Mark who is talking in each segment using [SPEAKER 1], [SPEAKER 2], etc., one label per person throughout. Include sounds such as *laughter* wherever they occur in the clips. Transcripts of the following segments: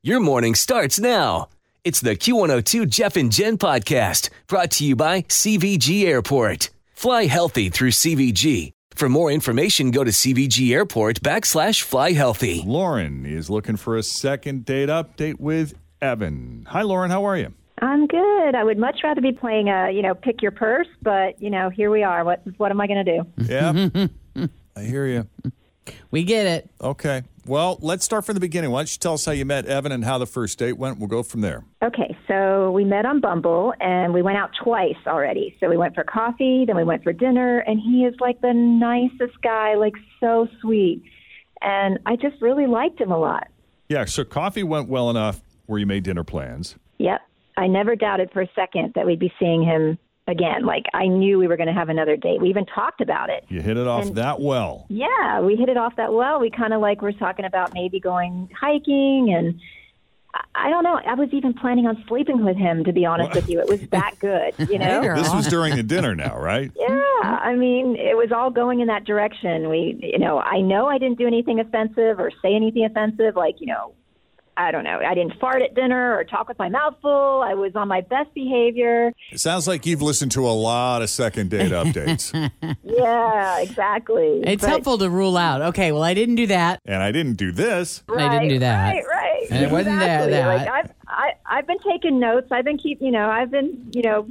[SPEAKER 1] Your morning starts now. It's the Q102 Jeff and Jen podcast brought to you by CVG Airport. Fly healthy through CVG. For more information, go to CVG Airport backslash fly healthy.
[SPEAKER 2] Lauren is looking for a second date update with Evan. Hi, Lauren. How are you?
[SPEAKER 3] I'm good. I would much rather be playing a, you know, pick your purse, but you know, here we are. What what am I going to do?
[SPEAKER 2] Yeah. I hear you.
[SPEAKER 4] We get it.
[SPEAKER 2] Okay. Well, let's start from the beginning. Why don't you tell us how you met Evan and how the first date went? We'll go from there.
[SPEAKER 3] Okay, so we met on Bumble and we went out twice already. So we went for coffee, then we went for dinner, and he is like the nicest guy, like so sweet. And I just really liked him a lot.
[SPEAKER 2] Yeah. So coffee went well enough where you made dinner plans.
[SPEAKER 3] Yep. I never doubted for a second that we'd be seeing him again. Like I knew we were going to have another date. We even talked about it.
[SPEAKER 2] You hit it off that well.
[SPEAKER 3] Yeah, we hit it off that well. We kind of like were talking about maybe going hiking and I- I don't know. I was even planning on sleeping with him to be honest with you. It was that good, you know.
[SPEAKER 2] This was during the dinner now, right?
[SPEAKER 3] Yeah, I mean, it was all going in that direction. We, you know, I know I didn't do anything offensive or say anything offensive like, you know, I don't know. I didn't fart at dinner or talk with my mouth full. I was on my best behavior.
[SPEAKER 2] It sounds like you've listened to a lot of second date updates.
[SPEAKER 3] Yeah, exactly.
[SPEAKER 4] It's
[SPEAKER 3] But-
[SPEAKER 4] helpful to rule out. Okay, well, I didn't do that.
[SPEAKER 2] and I didn't do this.
[SPEAKER 4] I didn't do that.
[SPEAKER 3] Right, right.
[SPEAKER 4] And it wasn't that-
[SPEAKER 3] exactly.
[SPEAKER 4] that.
[SPEAKER 3] Like I've, I, I've been taking notes. I've been keep, you know, I've been, you know,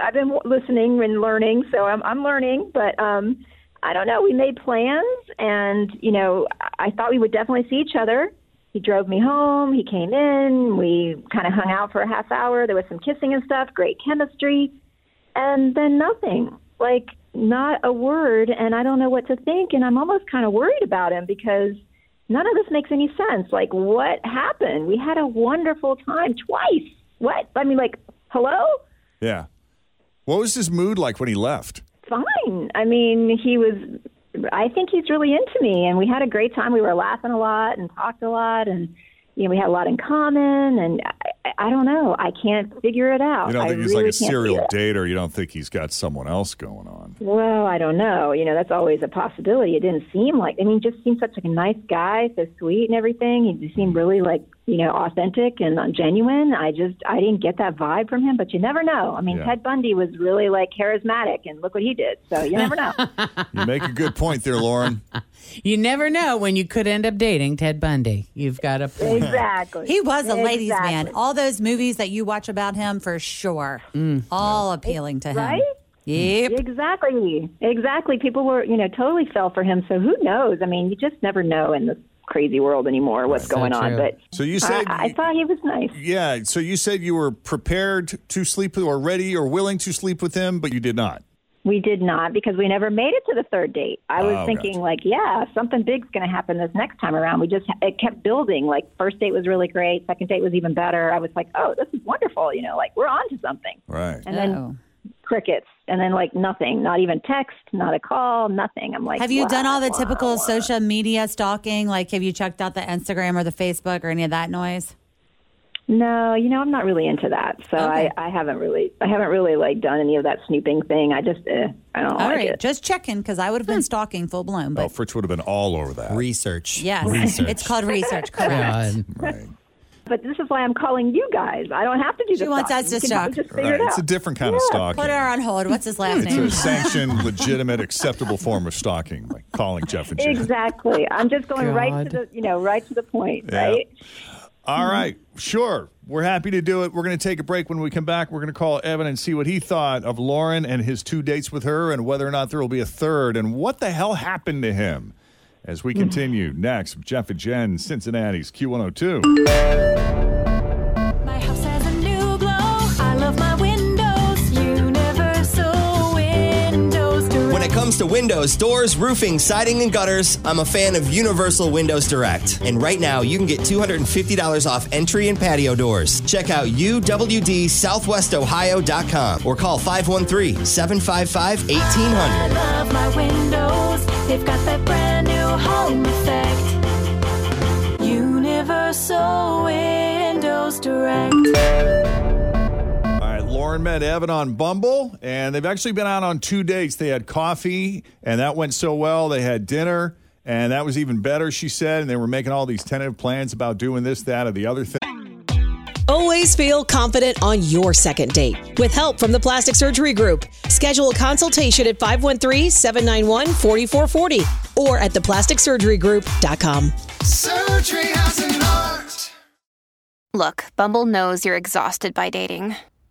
[SPEAKER 3] I've been w- listening and learning. So I'm, I'm learning, but um, I don't know. We made plans, and you know, I I thought we would definitely see each other. He drove me home. He came in. We kind of hung out for a half hour. There was some kissing and stuff. Great chemistry, and then nothing. Like not a word. And I don't know what to think. And I'm almost kind of worried about him because none of this makes any sense. Like, what happened? We had a wonderful time twice. What? I mean, like, hello?
[SPEAKER 2] Yeah. What was his mood like when he left?
[SPEAKER 3] Fine. I mean, he was, I think he's really into me, and we had a great time. We were laughing a lot and talked a lot, and, you know, we had a lot in common, and I, I- I don't know. I can't figure it out.
[SPEAKER 2] You don't
[SPEAKER 3] I
[SPEAKER 2] think he's
[SPEAKER 3] really
[SPEAKER 2] like a
[SPEAKER 3] can't figure
[SPEAKER 2] serial
[SPEAKER 3] it
[SPEAKER 2] dater. You don't think he's got someone else going on.
[SPEAKER 3] Well, I don't know. You know, that's always a possibility. It didn't seem like. I mean, he just seemed such like a nice guy, so sweet and everything. He just seemed really like you know authentic and uh, genuine. I just I didn't get that vibe from him, but you never know. I mean,
[SPEAKER 2] Yeah.
[SPEAKER 3] Ted Bundy was really like charismatic, and look what he did. So you never
[SPEAKER 5] *laughs*
[SPEAKER 3] know. *laughs*
[SPEAKER 2] You make a good point there, Lauren.
[SPEAKER 4] You never know when you could end up dating Ted Bundy. You've got a point.
[SPEAKER 3] exactly.
[SPEAKER 5] He was a ladies' man.
[SPEAKER 3] Exactly.
[SPEAKER 5] All those movies that you watch about him, for sure, all appealing to him.
[SPEAKER 3] Right?
[SPEAKER 5] Yep.
[SPEAKER 3] Exactly. Exactly. People were you know totally fell for him. So who knows? I mean, you just never know in this crazy world anymore what's going on.
[SPEAKER 4] true.
[SPEAKER 3] But
[SPEAKER 2] So you
[SPEAKER 3] I,
[SPEAKER 2] said
[SPEAKER 3] I thought he was nice.
[SPEAKER 2] Yeah, so you said you were prepared to sleep with- or ready or willing to sleep with him, but you did not.
[SPEAKER 3] We did not because we never made it to the third date. I was
[SPEAKER 2] Oh,
[SPEAKER 3] thinking
[SPEAKER 2] gotcha.
[SPEAKER 3] like, yeah, something big's going to happen this next time around. We just it kept building. Like first date was really great, second date was even better. I was like, oh, this is wonderful. You know, like we're on to something.
[SPEAKER 2] Right.
[SPEAKER 3] And then
[SPEAKER 5] Oh.
[SPEAKER 3] crickets, and then like nothing, not even text, not a call, nothing. I'm like,
[SPEAKER 5] Have you
[SPEAKER 3] wow,
[SPEAKER 5] done all the
[SPEAKER 3] wow,
[SPEAKER 5] typical
[SPEAKER 3] wow.
[SPEAKER 5] social media stalking? Like, have you checked out the Instagram or the Facebook or any of that noise?
[SPEAKER 3] No, you know, I'm not really into that, so
[SPEAKER 5] Okay.
[SPEAKER 3] I, I haven't really, I haven't really like done any of that snooping thing. I just, eh, I don't
[SPEAKER 5] All
[SPEAKER 3] like
[SPEAKER 5] right,
[SPEAKER 3] it.
[SPEAKER 5] just checking because I would have been
[SPEAKER 3] Hmm.
[SPEAKER 5] stalking full blown.
[SPEAKER 2] Oh,
[SPEAKER 5] But
[SPEAKER 2] Fritz would have been all over that.
[SPEAKER 6] Research.
[SPEAKER 5] yes,
[SPEAKER 6] Research.
[SPEAKER 5] it's called research. Correct.
[SPEAKER 4] God.
[SPEAKER 2] Right.
[SPEAKER 3] But this is why I'm calling you guys. I don't have to do.
[SPEAKER 5] She
[SPEAKER 3] the
[SPEAKER 5] wants
[SPEAKER 3] stalking.
[SPEAKER 5] us to
[SPEAKER 3] You can
[SPEAKER 5] stalk.
[SPEAKER 3] Just figure
[SPEAKER 2] Right.
[SPEAKER 3] it out.
[SPEAKER 2] It's a different kind of stalking.
[SPEAKER 5] Put her on hold. What's his last
[SPEAKER 2] it's
[SPEAKER 5] name?
[SPEAKER 2] a sanctioned, legitimate, acceptable form of stalking, like
[SPEAKER 3] *laughs*
[SPEAKER 2] calling Jeff and Jen.
[SPEAKER 3] Exactly. I'm just going right
[SPEAKER 4] God.
[SPEAKER 3] to the, you know, right to the point,
[SPEAKER 2] Yeah.
[SPEAKER 3] right?
[SPEAKER 2] All right, sure. We're happy to do it. We're going to take a break. When we come back, we're going to call Evan and see what he thought of Lauren and his two dates with her and whether or not there will be a third and what the hell happened to him. As we continue next, with Jeff and Jen, Cincinnati's Q102.
[SPEAKER 6] My house has a new glow. I love my windows. Universal Windows. Direct.
[SPEAKER 7] When it comes to windows, doors, roofing, siding, and gutters, I'm a fan of Universal Windows Direct. And right now, you can get $250 off entry and patio doors. Check out uwdsouthwestohio.com or call 513 755
[SPEAKER 6] I
[SPEAKER 7] 1800.
[SPEAKER 6] love my windows. They've got that brand new home effect. Universal Windows Direct.
[SPEAKER 2] All right, Lauren met Evan on Bumble, and they've actually been out on two dates. They had coffee, and that went so well. They had dinner, and that was even better, she said. And they were making all these tentative plans about doing this, that, or the other thing.
[SPEAKER 8] Always feel confident on your second date. With help from the Plastic Surgery Group, schedule a consultation at 513 791 4440 or at theplasticsurgerygroup.com.
[SPEAKER 7] Surgery has an art.
[SPEAKER 9] Look, Bumble knows you're exhausted by dating.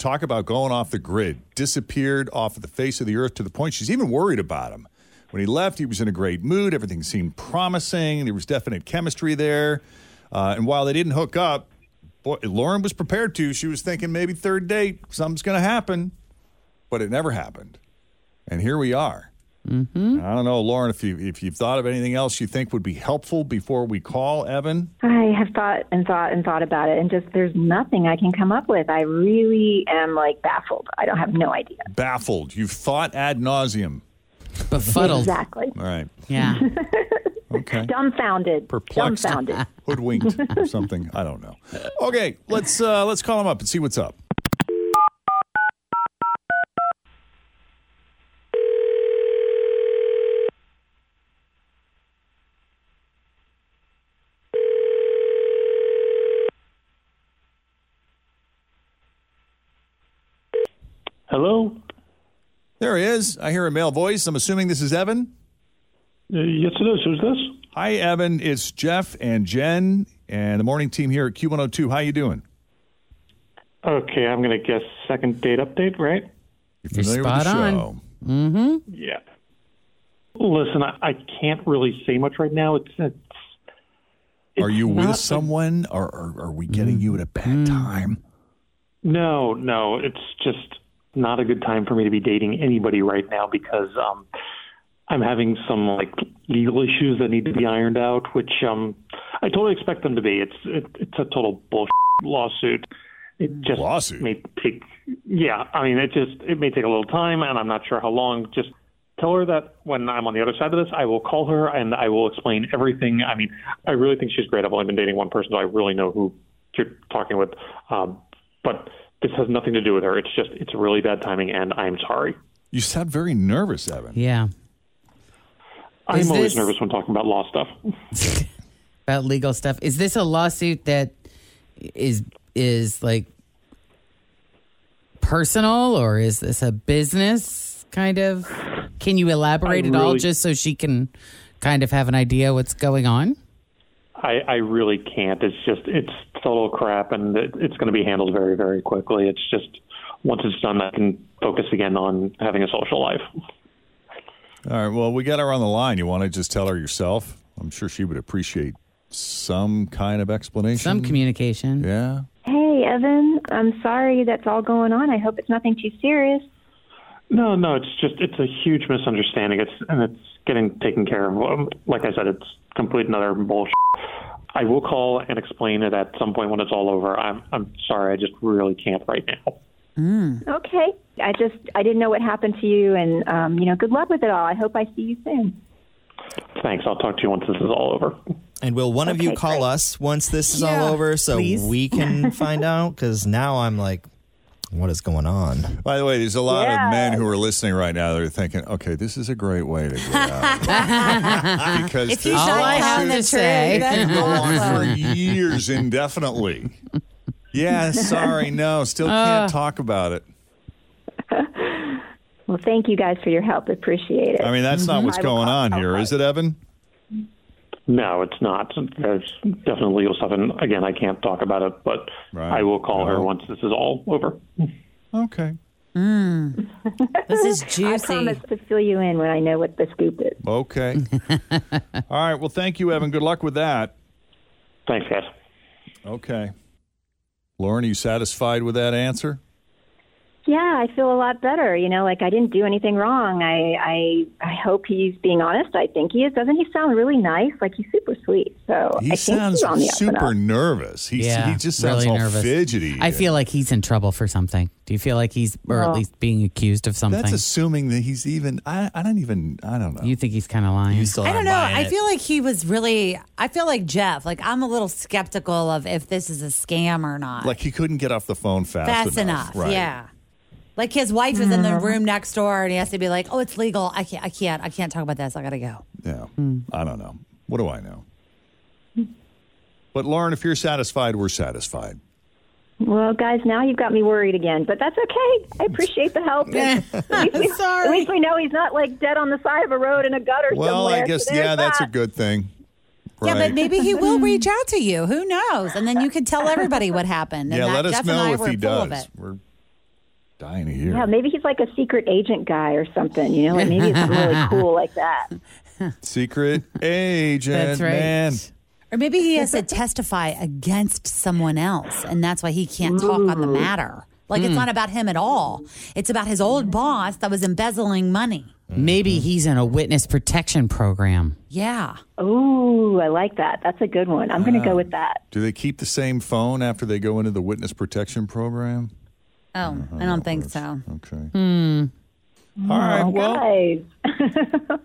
[SPEAKER 2] Talk about going off the grid, disappeared off of the face of the earth to the point she's even worried about him. When he left, he was in a great mood. Everything seemed promising. There was definite chemistry there. Uh, and while they didn't hook up, boy, Lauren was prepared to. She was thinking maybe third date, something's going to happen. But it never happened. And here we are. Mm-hmm. I don't know, Lauren, if, you, if you've thought of anything else you think would be helpful before we call Evan.
[SPEAKER 3] I have thought and thought and thought about it, and just there's nothing I can come up with. I really am like baffled. I don't have no idea.
[SPEAKER 2] Baffled. You've thought ad nauseum. Oh.
[SPEAKER 4] Befuddled.
[SPEAKER 3] Exactly.
[SPEAKER 2] All right.
[SPEAKER 4] Yeah.
[SPEAKER 2] *laughs* Okay.
[SPEAKER 3] Dumbfounded.
[SPEAKER 2] Perplexed.
[SPEAKER 3] Dumbfounded.
[SPEAKER 2] *laughs* hoodwinked or something. I don't know. Okay, let's uh, let's call him up and see what's up.
[SPEAKER 10] Hello?
[SPEAKER 2] There he is. I hear a male voice. I'm assuming this is Evan.
[SPEAKER 10] Uh, Yes, it is. Who's this?
[SPEAKER 2] Hi, Evan. It's Jeff and Jen and the morning team here at Q102. How you doing?
[SPEAKER 10] Okay, I'm going to guess second date update, right?
[SPEAKER 2] You're
[SPEAKER 4] You're
[SPEAKER 2] familiar with the
[SPEAKER 4] spot on.
[SPEAKER 2] show.
[SPEAKER 10] Yeah. Listen, I, I can't really say much right now. It's, it's
[SPEAKER 2] Are you
[SPEAKER 10] It's
[SPEAKER 2] with
[SPEAKER 10] not-
[SPEAKER 2] someone, or, or are we getting you at a bad
[SPEAKER 4] Mm-hmm.
[SPEAKER 2] time?
[SPEAKER 10] no, no. It's just not a good time for me to be dating anybody right now because um, I'm having some like legal issues that need to be ironed out, which um, I totally expect them to be. It's it, it's a total bullshit lawsuit. It just
[SPEAKER 2] Lawsuit?
[SPEAKER 10] may take. Yeah, I mean, it just it may take a little time, and I'm not sure how long. Just tell her that when I'm on the other side of this, I will call her and I will explain everything. I mean, I really think she's great. I've only been dating one person, so I really know who you're talking with. Um, but this has nothing to do with her. It's just it's really bad timing, and I'm sorry.
[SPEAKER 2] You sound very nervous, Evan.
[SPEAKER 4] Yeah. Is
[SPEAKER 10] I'm always
[SPEAKER 4] this-
[SPEAKER 10] nervous when talking about law stuff.
[SPEAKER 4] About legal stuff. Is this a lawsuit that is is like personal or is this a business kind of? Can you elaborate
[SPEAKER 10] I
[SPEAKER 4] at all
[SPEAKER 10] really-
[SPEAKER 4] just so she can kind of have an idea what's going on?
[SPEAKER 10] I, I really can't. It's just it's total crap, and it, it's going to be handled very very quickly. It's just once it's done, I can focus again on having a social life.
[SPEAKER 2] All right. Well, we got her on the line. You want to just tell her yourself? I'm sure she would appreciate some kind of explanation.
[SPEAKER 4] Some communication.
[SPEAKER 2] yeah.
[SPEAKER 3] Hey, Evan. I'm sorry that's all going on. I hope it's nothing too serious.
[SPEAKER 10] No, no, it's just it's a huge misunderstanding. It's and it's getting taken care of. Um, Like I said, it's complete another bullshit. I will call and explain it at some point when it's all over. I'm I'm sorry. I just really can't right now.
[SPEAKER 3] Okay. I just I didn't know what happened to you, and um, you know, good luck with it all. I hope I see you soon.
[SPEAKER 10] Thanks. I'll talk to you once this is all over.
[SPEAKER 7] And will one of you
[SPEAKER 5] *laughs*
[SPEAKER 7] call us once this is all over so we can find out? Because now I'm like, what is going on?
[SPEAKER 2] By the way, there's a lot
[SPEAKER 7] Yeah.
[SPEAKER 2] of men who are listening right now that are thinking, okay, this is a great way to
[SPEAKER 4] *laughs*
[SPEAKER 2] get out. because
[SPEAKER 6] If you
[SPEAKER 2] this
[SPEAKER 6] shut
[SPEAKER 2] lawsuit
[SPEAKER 6] down the
[SPEAKER 2] can
[SPEAKER 6] tree, that's
[SPEAKER 2] go on for
[SPEAKER 6] awesome.
[SPEAKER 2] years indefinitely. Yeah, sorry, no, still
[SPEAKER 3] Uh.
[SPEAKER 2] can't talk about it.
[SPEAKER 3] Well, thank you guys for your help. Appreciate it.
[SPEAKER 2] I mean, that's
[SPEAKER 4] Mm-hmm.
[SPEAKER 2] not what's
[SPEAKER 3] I will
[SPEAKER 2] going
[SPEAKER 3] call-
[SPEAKER 2] on here, is it, Evan?
[SPEAKER 10] No, it's not. There's definitely legal stuff, and again, I can't talk about it, but I will call her once this is all over.
[SPEAKER 2] Okay.
[SPEAKER 3] This is juicy. I promise to fill you in when I know what the scoop is.
[SPEAKER 2] Okay.
[SPEAKER 4] *laughs*
[SPEAKER 2] All right. Well, thank you, Evan. Good luck with that.
[SPEAKER 10] Thanks, guys.
[SPEAKER 2] Okay. Lauren, are you satisfied with that answer?
[SPEAKER 3] Yeah, I feel a lot better. You know, like I didn't do anything wrong. I I, I hope he's being honest. I think he is. Doesn't he sound really nice? Like he's super sweet. So I
[SPEAKER 2] He
[SPEAKER 3] think
[SPEAKER 2] sounds
[SPEAKER 3] he's on the up and
[SPEAKER 2] super
[SPEAKER 3] up.
[SPEAKER 2] nervous. He, he just sounds
[SPEAKER 4] really
[SPEAKER 2] all
[SPEAKER 4] nervous.
[SPEAKER 2] fidgety.
[SPEAKER 4] I feel like he's in trouble for something. Do you feel like he's, or at
[SPEAKER 2] Well,
[SPEAKER 4] least being accused of something?
[SPEAKER 2] That's assuming that he's even. I, I don't even. I don't know. You
[SPEAKER 4] think he's kind of lying?
[SPEAKER 2] You still
[SPEAKER 5] I don't know. I feel like he was really. I feel like Jeff. Like I'm a little skeptical of if this is a scam or not.
[SPEAKER 2] like he couldn't get off the phone fast,
[SPEAKER 5] Fast enough,
[SPEAKER 2] right.
[SPEAKER 5] yeah. Like his wife is in the room next door, and he has to be like, "Oh, it's legal. I can't. I can't. I can't talk about this. I gotta go."
[SPEAKER 2] Yeah.
[SPEAKER 5] Hmm.
[SPEAKER 2] I don't know. What do I know? But Lauren, if you're satisfied, we're satisfied.
[SPEAKER 3] Well, guys, now you've got me worried again, but that's okay. I appreciate
[SPEAKER 2] *laughs*
[SPEAKER 3] the help. And at, least we, Sorry. at least we know he's not like dead on the side of a road in a gutter
[SPEAKER 2] Well,
[SPEAKER 3] somewhere.
[SPEAKER 2] I guess
[SPEAKER 3] So there's
[SPEAKER 2] yeah, that's a
[SPEAKER 3] that.
[SPEAKER 2] good thing.
[SPEAKER 5] Yeah,
[SPEAKER 2] Right.
[SPEAKER 5] but maybe he will reach out to you. Who knows? And then you can tell everybody what happened.
[SPEAKER 2] Yeah,
[SPEAKER 5] and that
[SPEAKER 2] let us
[SPEAKER 5] Jeff and
[SPEAKER 2] know
[SPEAKER 5] I
[SPEAKER 2] if
[SPEAKER 5] were
[SPEAKER 2] he
[SPEAKER 5] full of
[SPEAKER 2] does.
[SPEAKER 5] it.
[SPEAKER 2] We're dying to hear.
[SPEAKER 3] Yeah, maybe he's like a secret agent guy or something. You know, like maybe
[SPEAKER 2] *laughs*
[SPEAKER 3] it's really cool like that.
[SPEAKER 2] Secret agent,
[SPEAKER 5] *laughs* That's right.
[SPEAKER 2] man.
[SPEAKER 5] Or maybe he has to testify against someone else, and that's why he can't talk on the
[SPEAKER 3] Ooh.
[SPEAKER 5] matter. Like it's
[SPEAKER 4] Mm.
[SPEAKER 5] not about him at all. It's about his old boss that was embezzling money.
[SPEAKER 4] Maybe he's in a witness protection program.
[SPEAKER 5] Yeah.
[SPEAKER 3] Oh, I like that. That's a good one. I'm going to go with that.
[SPEAKER 2] Do they keep the same phone after they go into the witness protection program?
[SPEAKER 5] Oh,
[SPEAKER 2] Mm-hmm,
[SPEAKER 5] I don't think so.
[SPEAKER 2] Okay.
[SPEAKER 5] Hmm.
[SPEAKER 2] All right.
[SPEAKER 3] Oh,
[SPEAKER 2] well,
[SPEAKER 3] guys.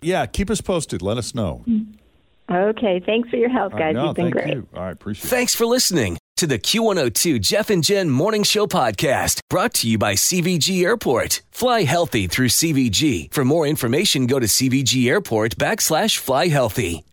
[SPEAKER 2] yeah. Keep us posted. Let us know.
[SPEAKER 3] Okay, thanks for your help,
[SPEAKER 1] All
[SPEAKER 3] guys.
[SPEAKER 1] right, Uh, no,
[SPEAKER 3] You've been
[SPEAKER 1] thank
[SPEAKER 3] great.
[SPEAKER 1] you.
[SPEAKER 2] All right, appreciate
[SPEAKER 1] Thanks for listening to the Q102 Jeff and Jen Morning Show podcast, brought to you by CVG Airport. Fly healthy through CVG. For more information, go to CVG Airport backslash fly healthy.